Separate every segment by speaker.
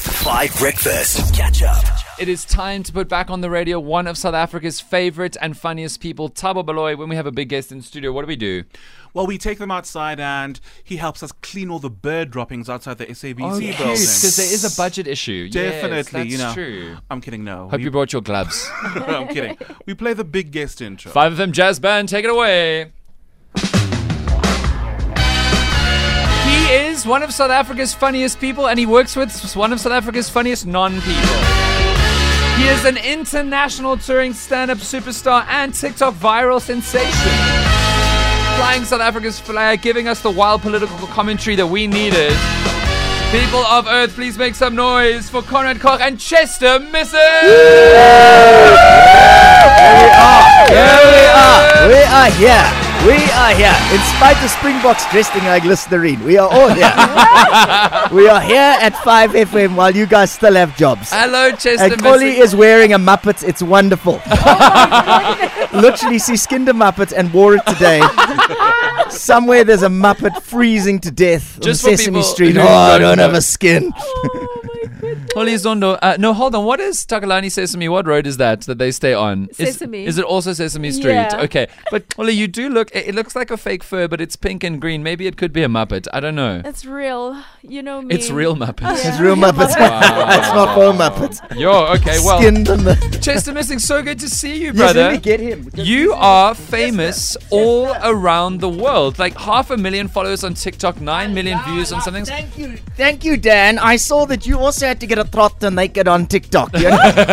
Speaker 1: Five Breakfast. Catch up.
Speaker 2: It is time to put back on the radio one of South Africa's favorite and funniest people, Tabo Baloy. When we have a big guest in the studio, what do we do?
Speaker 3: Well, we take them outside and he helps us clean all the bird droppings outside the SABC building.
Speaker 2: because there is a budget issue. yes,
Speaker 3: Definitely,
Speaker 2: that's
Speaker 3: you know.
Speaker 2: true.
Speaker 3: I'm kidding, no.
Speaker 2: Hope
Speaker 3: We-
Speaker 2: you brought your gloves.
Speaker 3: I'm kidding. We play the big guest intro.
Speaker 2: Five of them jazz band, take it away. He is one of South Africa's funniest people, and he works with one of South Africa's funniest non-people. He is an international touring stand-up superstar and TikTok viral sensation. Flying South Africa's flag, giving us the wild political commentary that we needed. People of Earth, please make some noise for Conrad Koch and Chester Mrs.
Speaker 4: We are here. We are here. In spite of Springboks dressing like Listerine, we are all here. we are here at 5 FM while you guys still have jobs.
Speaker 2: Hello, Chester
Speaker 4: And Collie
Speaker 2: Mrs.
Speaker 4: is wearing a Muppet. It's wonderful.
Speaker 2: Oh
Speaker 4: Literally, she skinned a Muppet and wore it today. Somewhere there's a Muppet freezing to death
Speaker 2: Just for
Speaker 4: on Sesame
Speaker 2: people
Speaker 4: Street.
Speaker 2: who
Speaker 4: Oh, I
Speaker 2: don't
Speaker 4: don't have
Speaker 2: know. Oh,
Speaker 4: a skin.
Speaker 5: Oh
Speaker 2: Holly Zondo. Uh, no, hold on. What is Takalani Sesame? What road is that that they stay on? Is-
Speaker 5: Sesame.
Speaker 2: Is, it also Sesame Street?
Speaker 5: Yeah.
Speaker 2: Okay. But Holly, you do look. It, it looks like a fake fur, but it's pink and green. Maybe it could be a Muppet. I don't know.
Speaker 5: It's real. You know me.
Speaker 2: It's real Muppet.
Speaker 4: It's real Muppet. it's not faux Muppet.
Speaker 5: oh,
Speaker 2: Yo. Okay. Well,
Speaker 4: Skinned on the.
Speaker 2: Chester Missing. So good to see you,
Speaker 4: Yes,
Speaker 2: brother.
Speaker 4: let me get him.
Speaker 2: You are famous all around the world. Like half a million followers on TikTok, nine million views on something.
Speaker 4: Thank you, thank you, Dan. I saw that you also had to get a trot naked on TikTok. You had, you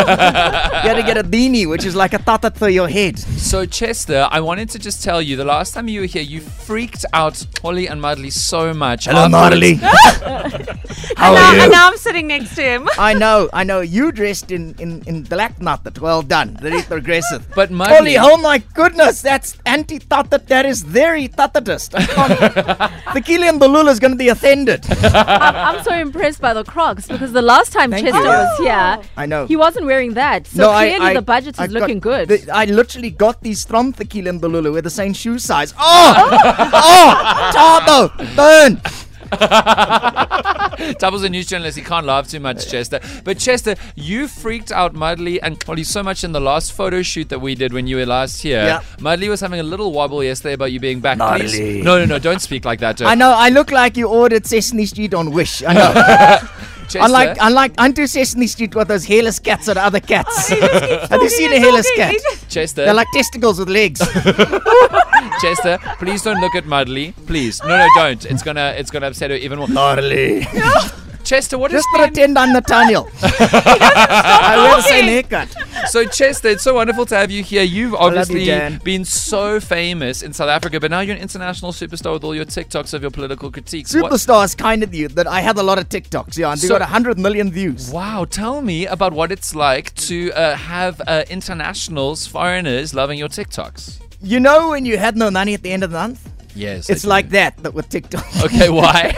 Speaker 4: had to get a beanie, which is like a tata for your head.
Speaker 2: So, Chester, I wanted to just tell you the last time you were here, you freaked out Holly and Madly so much. afterwards.
Speaker 4: How
Speaker 5: Now,
Speaker 4: are
Speaker 5: and
Speaker 4: you?
Speaker 5: now I'm sitting next to him.
Speaker 4: I know, I know. You dressed in in in black Muppet. Well done, very progressive.
Speaker 2: But Madly,
Speaker 4: Holy, oh my goodness, that's anti tatat. That is very tatatist. I can't- The Kili and Balula is going to be offended.
Speaker 5: I'm, I'm so impressed by the Crocs because the last time
Speaker 4: Thank
Speaker 5: Chester
Speaker 4: you.
Speaker 5: was here,
Speaker 4: I know.
Speaker 5: he wasn't wearing that. So clearly the budget is
Speaker 4: I got-
Speaker 5: looking good.
Speaker 4: the- I literally got these from Tequila and Balulu. We're the same shoe size. Oh! oh! Tabo! Burn!
Speaker 2: Double's a news journalist. He can't laugh too much, Chester. But, Chester, you freaked out Mudley and Holly so much in the last photo shoot that we did when you were last here.
Speaker 4: Yeah.
Speaker 2: Mudley was having a little wobble yesterday about you being back. Please.
Speaker 4: Madly.
Speaker 2: No, no, no. Don't speak like that. to her.
Speaker 4: I know, I look like you ordered Sesame Street on Wish. I know.
Speaker 2: Chester,
Speaker 4: unlike, unlike unto Sesame Street with those hairless cats or other cats. Have you seen a
Speaker 5: and
Speaker 4: hairless
Speaker 5: talking.
Speaker 4: cat?
Speaker 5: He just-
Speaker 2: Chester,
Speaker 4: They're like testicles with legs.
Speaker 2: Chester, please don't look at Mudley. Please. No, no, don't. It's going to it's gonna upset her even more.
Speaker 4: Gnarly.
Speaker 2: Chester, what is
Speaker 4: Just
Speaker 2: the- Oh,
Speaker 4: pretend I'm Nathaniel. I wear the same haircut.
Speaker 2: So Chester, it's so wonderful to have you here. You've obviously
Speaker 4: Dan.
Speaker 2: been so famous in South Africa, but now you're an international superstar with all your TikToks of your political critiques. What-
Speaker 4: Superstar is kind of you that I had a lot of TikToks, yeah, and they
Speaker 2: So-
Speaker 4: got 100 million views.
Speaker 2: Wow, tell me about what it's like to uh, have uh, internationals, foreigners loving your TikToks.
Speaker 4: You know when you had no money at the end of the month?
Speaker 2: Yes.
Speaker 4: It's like that, but with TikTok.
Speaker 2: Okay, why?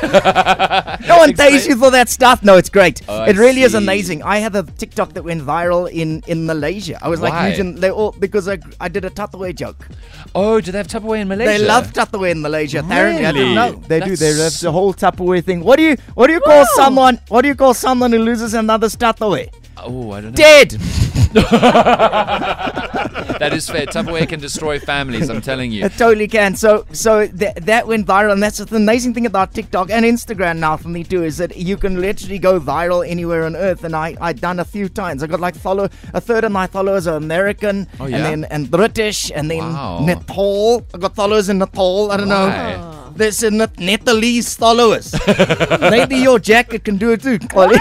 Speaker 4: no one pays you for that stuff. No, it's great.
Speaker 2: Oh, I
Speaker 4: it really is
Speaker 2: see.
Speaker 4: amazing. I had a TikTok that went viral in, in Malaysia. I was
Speaker 2: Why?
Speaker 4: like, huge in, they all because I, I did a Tupperware joke.
Speaker 2: oh, do they have Tupperware in Malaysia?
Speaker 4: They love Tupperware in Malaysia. Apparently, I didn't
Speaker 2: Really?
Speaker 4: know. They do. They
Speaker 2: That's
Speaker 4: love the whole Tupperware thing. What do you what do you call someone? What do you call someone who loses another Tupperware?
Speaker 2: Oh, I don't know.
Speaker 4: Dead.
Speaker 2: That is fair. Tupperware can destroy families. I'm telling you.
Speaker 4: It totally can. So so th- that went viral, and that's the amazing thing about TikTok and Instagram now for me too is that you can literally go viral anywhere on earth. And I I done a few times. I got like follow a third of my followers are American,
Speaker 2: Oh, yeah?
Speaker 4: and then and British, and then
Speaker 2: Wow.
Speaker 4: Nepal. I got followers in Nepal. I don't
Speaker 2: Why?
Speaker 4: know. There's a Nep- Nepalese followers. Maybe your jacket can do it too, Colin.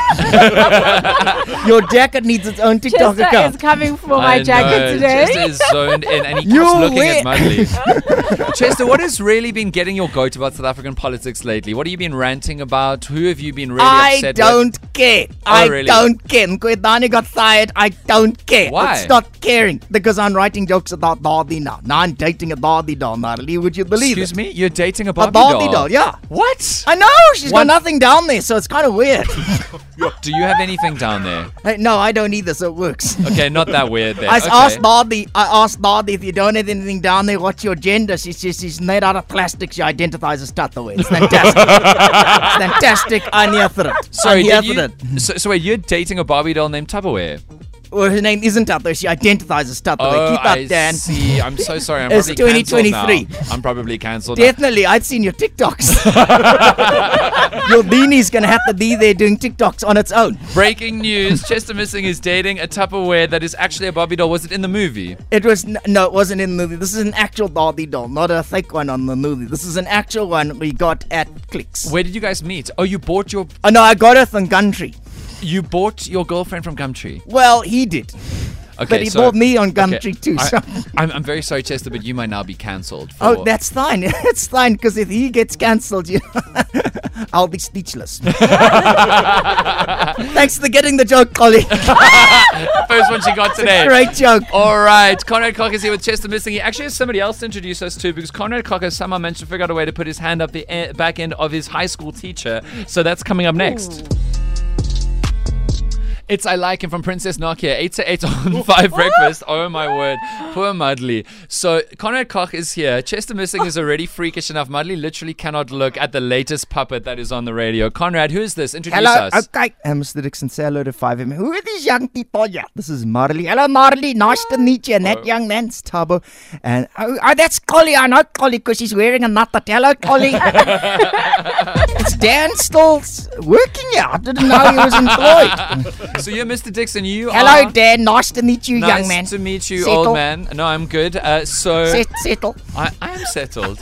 Speaker 4: your jacket needs its own TikTok
Speaker 5: Chester
Speaker 4: account.
Speaker 5: is coming for
Speaker 2: I
Speaker 5: my
Speaker 2: know,
Speaker 5: jacket today.
Speaker 2: Chester is zoned in and he keeps
Speaker 4: You
Speaker 2: looking at
Speaker 4: win.
Speaker 2: Mudley. Chester, what has really been getting your goat about South African politics lately? What have you been ranting about? Who have you been really
Speaker 4: I
Speaker 2: upset with?
Speaker 4: don't care. I
Speaker 2: really?
Speaker 4: don't care. Kwedani got fired. I don't care.
Speaker 2: Why?
Speaker 4: It's not caring because I'm writing jokes about Dardi now. Now I'm dating a Dardi doll, Natalie. Would you believe
Speaker 2: Excuse
Speaker 4: it?
Speaker 2: me? You're dating a
Speaker 4: A
Speaker 2: Barbie,
Speaker 4: Dardi doll. yeah.
Speaker 2: What?
Speaker 4: I know. She's
Speaker 2: One-
Speaker 4: got nothing down there, so it's kind of weird.
Speaker 2: Do you have anything down there?
Speaker 4: Hey, no, I don't either, so it works.
Speaker 2: Okay, not that weird then.
Speaker 4: I
Speaker 2: okay.
Speaker 4: asked Dardi, I asked Dardi if you don't have anything down there, what's your gender? She says she's made out of plastic. She identifies as Tataway. It's fantastic. it's fantastic. I'm here for it.
Speaker 2: Sorry,
Speaker 4: I'm here
Speaker 2: did you
Speaker 4: for it?
Speaker 2: So, so wait, you're dating a Barbie doll named Tupperware.
Speaker 4: Well, her name isn't Tupperware. She identifies as Tupperware.
Speaker 2: oh,
Speaker 4: Keep up,
Speaker 2: I
Speaker 4: Dan.
Speaker 2: see. I'm so sorry. I'm
Speaker 4: It's
Speaker 2: probably cancelled now.
Speaker 4: 2023.
Speaker 2: I'm probably cancelled. now.
Speaker 4: Definitely, I've seen your TikToks. your beanie's gonna have to be there doing TikToks on its own.
Speaker 2: Breaking news: Chester Missing is dating a Tupperware that is actually a Barbie doll. Was it in the movie?
Speaker 4: It was n- no, it wasn't in the movie. This is an actual Barbie doll, not a fake one on the movie. This is an actual one we got at Clicks.
Speaker 2: Where did you guys meet? Oh, you bought your
Speaker 4: Oh no, I got it from Gumtree.
Speaker 2: you bought your girlfriend from Gumtree.
Speaker 4: Well, he did.
Speaker 2: Okay,
Speaker 4: But he bought me on Gumtree too,
Speaker 2: I,
Speaker 4: so-
Speaker 2: I'm, I'm very sorry, Chester, but you might now be cancelled. for-
Speaker 4: Oh, that's fine. That's fine because if he gets cancelled, you, I'll be speechless. Thanks for getting the joke, Colin.
Speaker 2: first one she got today.
Speaker 4: Great joke.
Speaker 2: All right, Conrad Cock is here with Chester Missing. He actually has somebody else to introduce us to because Conrad Cock has somehow managed to figure out a way to put his hand up the e- back end of his high school teacher. So that's coming up next. It's I Like Him from Princess Nokia, 8 to 8 on 5 Breakfast. Oh my word. Poor Mudley. So, Conrad Koch is here. Chester Missing is already freakish enough. Mudley literally cannot look at the latest puppet that is on the radio. Conrad, who is this? Introduce
Speaker 4: Hello,
Speaker 2: us.
Speaker 4: okay. Uh, Mr. Dixon, say hello to 5M. Who are these young people? Yeah, this is Marley. Hello, Marley. Nice to meet you. And that young man's Tabo. And oh, oh, that's Collie. I know Collie because she's wearing a nutlet. Hello, Collie. it's Dan still s- working here. I didn't know he was employed.
Speaker 2: So, you're Mr. Dixon. You are.
Speaker 4: hello, Dan. Nice to meet you,
Speaker 2: Nice
Speaker 4: young man.
Speaker 2: to meet you,
Speaker 4: Settle.
Speaker 2: old man. No, I'm good. Uh, so
Speaker 4: Set- settle.
Speaker 2: I, I am settled.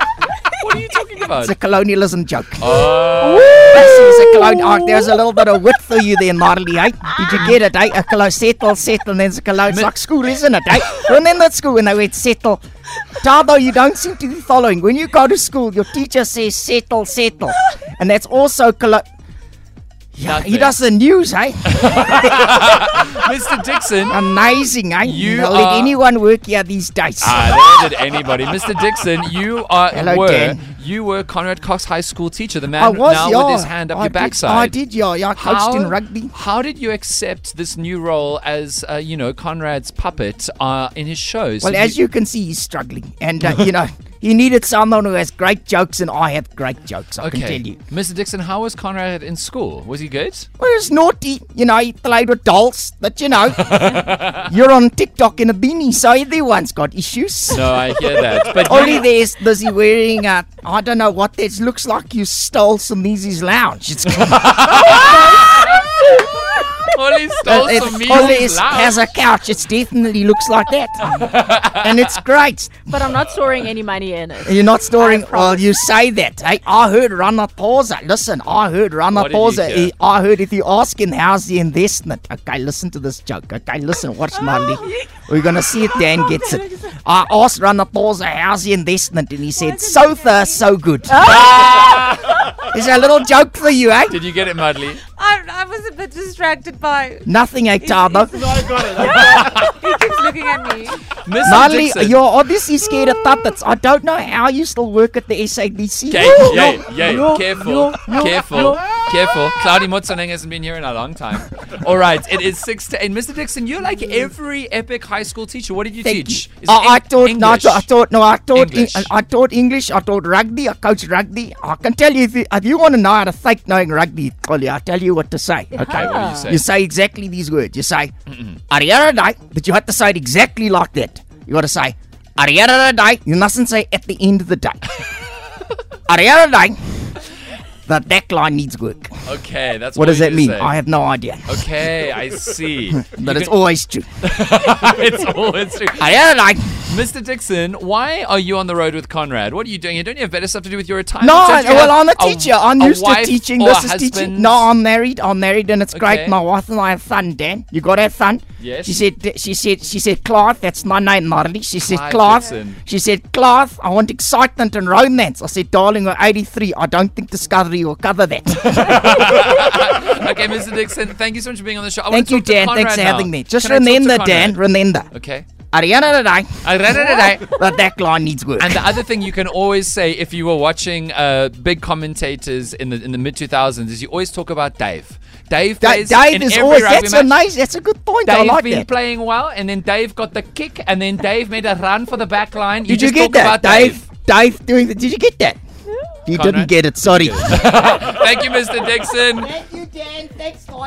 Speaker 2: what are you talking about?
Speaker 4: It's a colonialism joke.
Speaker 2: Oh,
Speaker 4: This is a colon- oh, there's a little bit of wit for you there, Marley, eh? Did
Speaker 2: Ah.
Speaker 4: you get it, eh? A colo- settle, settle, and then it's a colo- It's like school, isn't it, eh? Remember at school when they went settle? Tabo, you don't seem to be following. When you go to school, your teacher says settle, settle. And that's also colo- Yeah, he
Speaker 2: Nothing.
Speaker 4: does the news, eh?
Speaker 2: Mr. Dixon.
Speaker 4: Amazing, eh?
Speaker 2: You
Speaker 4: They'll
Speaker 2: are-
Speaker 4: let anyone work here these days.
Speaker 2: Ah, there did anybody, Mr. Dixon? You are
Speaker 4: Hello,
Speaker 2: were
Speaker 4: Dan.
Speaker 2: you were Conrad Cox High School teacher, the man
Speaker 4: I was,
Speaker 2: now
Speaker 4: yeah.
Speaker 2: with his hand up
Speaker 4: I
Speaker 2: your
Speaker 4: did-
Speaker 2: backside.
Speaker 4: I did, yeah. yeah I coached
Speaker 2: How,
Speaker 4: in rugby.
Speaker 2: how did you accept this new role as uh, you know Conrad's puppet uh, in his shows?
Speaker 4: Well, as you can see, he's struggling, and uh, you know he needed someone who has great jokes, and I have great jokes. I
Speaker 2: okay,
Speaker 4: can tell you.
Speaker 2: Mr. Dixon, how was Conrad in school? Was he good?
Speaker 4: Well, it's naughty, you know. He played with dolls, but you know, you're on TikTok in a beanie, so everyone's got issues.
Speaker 2: No, I hear that. But
Speaker 4: Only there's busy wearing uh, I don't know what this looks like. You stole some Easy's lounge. It's
Speaker 2: Ollie stole
Speaker 4: it-
Speaker 2: some meat.
Speaker 4: all this has a couch. It definitely looks like that, and it's great.
Speaker 5: But I'm not storing any money in it.
Speaker 4: You're not storing. Well, you say that. Hey, I heard Ramaphosa. Listen, I heard
Speaker 2: did you
Speaker 4: Ramaphosa.
Speaker 2: hear?
Speaker 4: He- I heard if you ask him how's the investment. Okay, listen to this joke. Okay, listen, watch
Speaker 2: Oh,
Speaker 4: Molly. We're gonna see if Dan gets it. I asked Ramaphosa how's the investment, and he said so far so good.
Speaker 2: Ah!
Speaker 4: It's a little joke for you, eh?
Speaker 2: Did you get it, Mudley?
Speaker 6: I, I was a bit distracted by.
Speaker 4: Nothing, eh, Tabo?
Speaker 6: He keeps looking at me.
Speaker 2: Mr.
Speaker 4: Molly,
Speaker 2: Dixon.
Speaker 4: you're obviously scared of puppets. I don't know how you still work at the SABC.
Speaker 2: Yay, yay, yay. careful, careful, careful. Cloudy Motsaneng hasn't been here in a long time. All right, it is 6 to 8. Mr. Dixon, you're like every epic high school teacher. What did you
Speaker 4: Thank
Speaker 2: teach?
Speaker 4: you.
Speaker 2: Is
Speaker 4: Oh,
Speaker 2: it
Speaker 4: I
Speaker 2: Eng-
Speaker 4: taught, no, I
Speaker 2: English?
Speaker 4: taught, I taught, no, I taught, Eng-
Speaker 2: English.
Speaker 4: I taught English, I taught rugby, I coached rugby. I can tell you if you, if you want to know how to fake knowing rugby, Colly, I'll tell you what to say. Okay.
Speaker 2: what do you say?
Speaker 4: You say exactly these words. You say, Ariaradai, but you have to say it exactly like that. You got to say, Ariaradai. You mustn't say at the end of the day. Ariaradai. The deck line needs work.
Speaker 2: Okay, that's
Speaker 4: What
Speaker 2: all
Speaker 4: does
Speaker 2: you
Speaker 4: that mean?
Speaker 2: say.
Speaker 4: I have no idea.
Speaker 2: Okay, I see.
Speaker 4: But it's always true.
Speaker 2: it's all it's true.
Speaker 4: Ariaradai.
Speaker 2: Mr. Dixon, why are you on the road with Conrad? What are you doing here? Don't you have better stuff to do with your retirement?
Speaker 4: No,
Speaker 2: Don't you
Speaker 4: well,
Speaker 2: have
Speaker 4: I'm a teacher. I'm
Speaker 2: a
Speaker 4: used to
Speaker 2: wife
Speaker 4: teaching.
Speaker 2: or
Speaker 4: This is
Speaker 2: a
Speaker 4: teaching.
Speaker 2: husband?
Speaker 4: No, I'm married. I'm married, and it's
Speaker 2: Okay.
Speaker 4: great. My wife and I have fun, Dan. You got to have fun.
Speaker 2: Yes.
Speaker 4: She said. She said. She said, Clive. That's my name, Marley. She
Speaker 2: Clive
Speaker 4: said, Clive.
Speaker 2: Dixon.
Speaker 4: She said, Clive. I want excitement and romance. I said, darling, we're 83. I don't think Discovery will cover that.
Speaker 2: Okay, Mr. Dixon, thank you so much for being on the show. I want
Speaker 4: Thank
Speaker 2: to
Speaker 4: you,
Speaker 2: talk to
Speaker 4: Dan.
Speaker 2: Conrad
Speaker 4: Thanks for
Speaker 2: now.
Speaker 4: having me. Just
Speaker 2: Can I talk to
Speaker 4: remember, Dan.
Speaker 2: Conrad?
Speaker 4: Remember.
Speaker 2: Okay. Uh,
Speaker 4: Ariana today.
Speaker 2: I ran it today.
Speaker 4: But that line needs work.
Speaker 2: And the other thing you can always say if you were watching uh, big commentators in the in the mid 2000s is you always talk about Dave. Dave,
Speaker 4: Da-
Speaker 2: plays
Speaker 4: Dave
Speaker 2: in
Speaker 4: is
Speaker 2: every
Speaker 4: always.
Speaker 2: rugby
Speaker 4: That's a
Speaker 2: match.
Speaker 4: nice. That's a good point. I
Speaker 2: Dave
Speaker 4: like
Speaker 2: been
Speaker 4: that.
Speaker 2: playing well, and then Dave got the kick, and then Dave made a run for the back line. You
Speaker 4: Did you
Speaker 2: just
Speaker 4: get
Speaker 2: talk
Speaker 4: that,
Speaker 2: about Dave.
Speaker 4: Dave? Dave doing the. Did you get that? He
Speaker 2: Conrad?
Speaker 4: didn't get it. Sorry.
Speaker 2: Thank you, Mr. Dixon.
Speaker 7: Thank you, Dan. Thanks, Austin.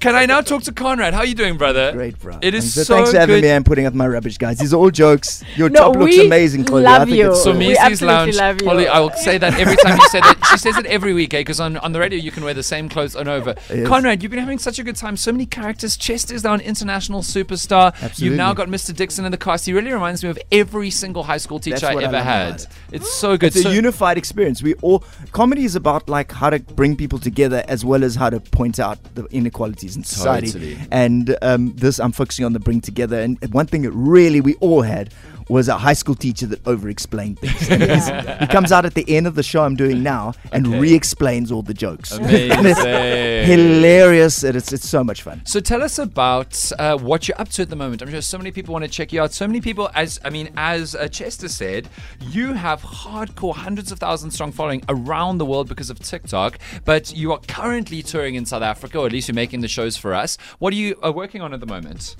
Speaker 2: Can I now talk to Conrad? How are you doing, brother?
Speaker 4: Great, bro.
Speaker 2: It is
Speaker 4: Thanks-
Speaker 2: so
Speaker 4: Thanks for having
Speaker 2: good.
Speaker 4: me and putting up my rubbish, guys. These are all jokes. Your
Speaker 5: No,
Speaker 4: job looks
Speaker 5: we
Speaker 4: amazing, Claudia. I
Speaker 5: love
Speaker 4: think
Speaker 5: you.
Speaker 4: It's
Speaker 5: So
Speaker 4: uh,
Speaker 5: me-
Speaker 2: Sumisi's
Speaker 5: absolutely
Speaker 2: Lounge.
Speaker 5: love you.
Speaker 2: Holly, I will say that every time you say that. She says it every week, because on, on the radio you can wear the same clothes on over.
Speaker 4: Yes.
Speaker 2: Conrad, you've been having such a good time. So many characters. Chester's now an international superstar. You've now
Speaker 4: Absolutely.
Speaker 2: got Mr. Dixon in the cast. He really reminds me of every single high school teacher I
Speaker 4: what I
Speaker 2: ever
Speaker 4: love
Speaker 2: had.
Speaker 4: about it.
Speaker 2: It's so good.
Speaker 4: It's
Speaker 2: So-
Speaker 4: a unified experience. We all comedy is about like how to bring people together as well as how to point out the inequalities in society.
Speaker 2: Totally.
Speaker 4: And um, this, I'm focusing on the bring together. And one thing that really we all had was a high school teacher that over-explained things. And he's- he comes out at the end of the show I'm doing now and
Speaker 2: Okay.
Speaker 4: re-explains all the jokes. And it's
Speaker 2: Amazing.
Speaker 4: hilarious. And it's it's so much fun.
Speaker 2: So tell us about uh, what you're up to at the moment. I'm sure so many people want to check you out. So many people, as I mean, as uh, Chester said, you have hardcore, hundreds of thousands strong following around the world because of TikTok. But you are currently touring in South Africa, or at least you're making the shows for us. What are you uh, working on at the moment?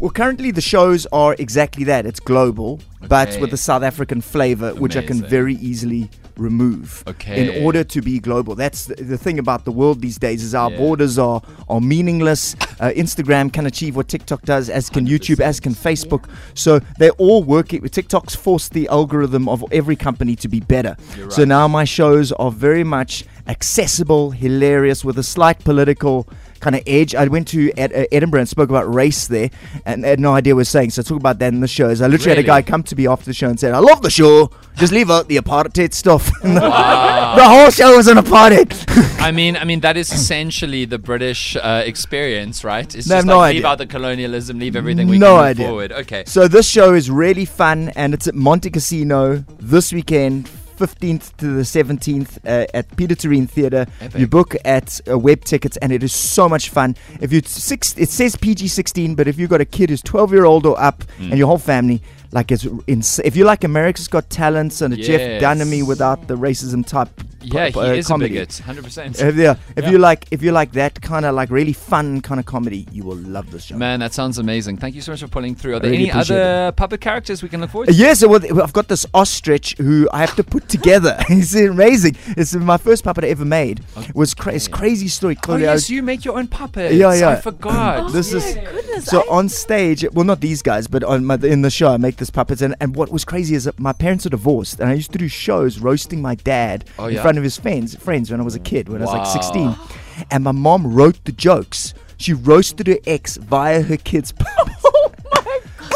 Speaker 4: Well, currently the shows are exactly that. It's global, but
Speaker 2: Okay.
Speaker 4: with a South African flavor, which I can
Speaker 2: Amazing.
Speaker 4: very easily remove.
Speaker 2: Okay.
Speaker 4: In order to be global, that's the, the thing about the world these days: is our
Speaker 2: Yeah.
Speaker 4: borders are are meaningless. Uh, Instagram can achieve what TikTok does, as can YouTube, as can Facebook. So they all work. It, TikTok's forced the algorithm of every company to be better. So
Speaker 2: right.
Speaker 4: now my shows are very much accessible, hilarious, with a slight political kind of edge. I went to Ed- uh, Edinburgh and spoke about race there, and I had no idea what I was saying. So I talk about that in the shows. I literally had a
Speaker 2: Really?
Speaker 4: guy come to me after the show and said, "I love the show. Just leave out the apartheid stuff." And the, the whole show was on apartheid.
Speaker 2: Uh, I mean, I mean that is essentially the British uh, experience, right? It's
Speaker 4: No, I
Speaker 2: just
Speaker 4: have no
Speaker 2: like leave
Speaker 4: idea.
Speaker 2: out the colonialism, leave everything. We
Speaker 4: No
Speaker 2: can move
Speaker 4: idea.
Speaker 2: Forward. Okay.
Speaker 4: so this show is really fun, and it's at Monte Casino this weekend. 15th to the 17th uh, at Peter Terrine Theatre.
Speaker 2: Epic.
Speaker 4: You book at uh, web tickets, and it is so much fun. If you six, it says PG 16, but if you've got a kid who's 12 year old or up,
Speaker 2: Hmm.
Speaker 4: and your whole family, like it's ins- if you like America's Got Talents and a Jeff
Speaker 2: Yes.
Speaker 4: Dunham without the racism type.
Speaker 2: yeah, he
Speaker 4: pop- uh,
Speaker 2: is
Speaker 4: comedy.
Speaker 2: a bigot, hundred percent.
Speaker 4: If, yeah, if
Speaker 2: Yeah.
Speaker 4: you like, if you like that kind of like really fun kind of comedy, you will love this show.
Speaker 2: Man, that sounds amazing. Thank you so much for pulling through. Are there
Speaker 4: really
Speaker 2: any
Speaker 4: appreciate Uh,
Speaker 2: other puppet characters we can look forward to?
Speaker 4: Yes, well, th- I've got this ostrich who I have to put together. it's amazing. It's my first puppet I ever made. It was cra- it's crazy story.
Speaker 2: Oh,
Speaker 4: Claudia,
Speaker 2: yes, you make your own puppets.
Speaker 4: Yeah, yeah.
Speaker 2: I forgot.
Speaker 4: this is
Speaker 5: Oh Goodness,
Speaker 4: so
Speaker 5: I-
Speaker 4: on stage. Well, not these guys, but on my, in the show, I make this puppets. And, and what was crazy is that my parents are divorced, and I used to do shows roasting my dad
Speaker 2: Oh,
Speaker 4: in
Speaker 2: yeah.
Speaker 4: front of his friends friends when I was a kid, when I was like
Speaker 2: Wow.
Speaker 4: 16. And my mom wrote the jokes. She roasted her ex via her kids' puppets.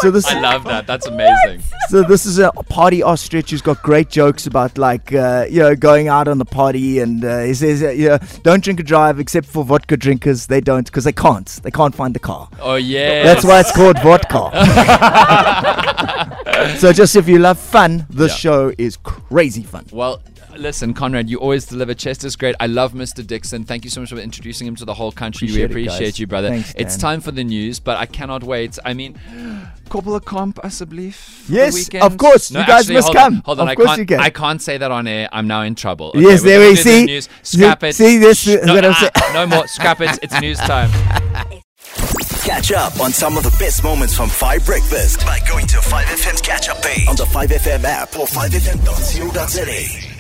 Speaker 4: So this
Speaker 2: Oh I love that. That's amazing.
Speaker 4: so this is a party ostrich who's got great jokes about like uh, you know going out on the party and uh, he says uh, you know, don't drink and drive except for vodka drinkers they don't because they can't they can't find the car
Speaker 2: Oh, yeah.
Speaker 4: that's why it's called vodka so just if you love fun this
Speaker 2: Yeah.
Speaker 4: show is crazy fun
Speaker 2: Well, uh, listen, Conrad, you always deliver. Chester's great. I love Mr. Dixon. Thank you so much for introducing him to the whole country.
Speaker 4: Appreciate it,
Speaker 2: we appreciate
Speaker 4: guys.
Speaker 2: you, brother.
Speaker 4: Thanks,
Speaker 2: it's
Speaker 4: Dan.
Speaker 2: time for the news, but I cannot wait. I mean, couple of comp, I believe. for the
Speaker 4: Yes,
Speaker 2: weekend.
Speaker 4: of course. You guys must
Speaker 2: hold
Speaker 4: come.
Speaker 2: On, hold on.
Speaker 4: Of
Speaker 2: I
Speaker 4: course
Speaker 2: can't,
Speaker 4: you can.
Speaker 2: I can't say that on air. I'm now in trouble.
Speaker 4: Yes,
Speaker 2: we're
Speaker 4: there
Speaker 2: gonna
Speaker 4: we
Speaker 2: do the
Speaker 4: see.
Speaker 2: News. Scrap
Speaker 4: See-
Speaker 2: it.
Speaker 4: see, this
Speaker 2: Shh,
Speaker 4: is
Speaker 2: no,
Speaker 4: what I'm
Speaker 2: ah, no more. Scrap it. It's news time.
Speaker 1: Catch up on some of the best moments from 5 Breakfast by going to 5FM's catch up page on the 5FM app or 5FM.co.za.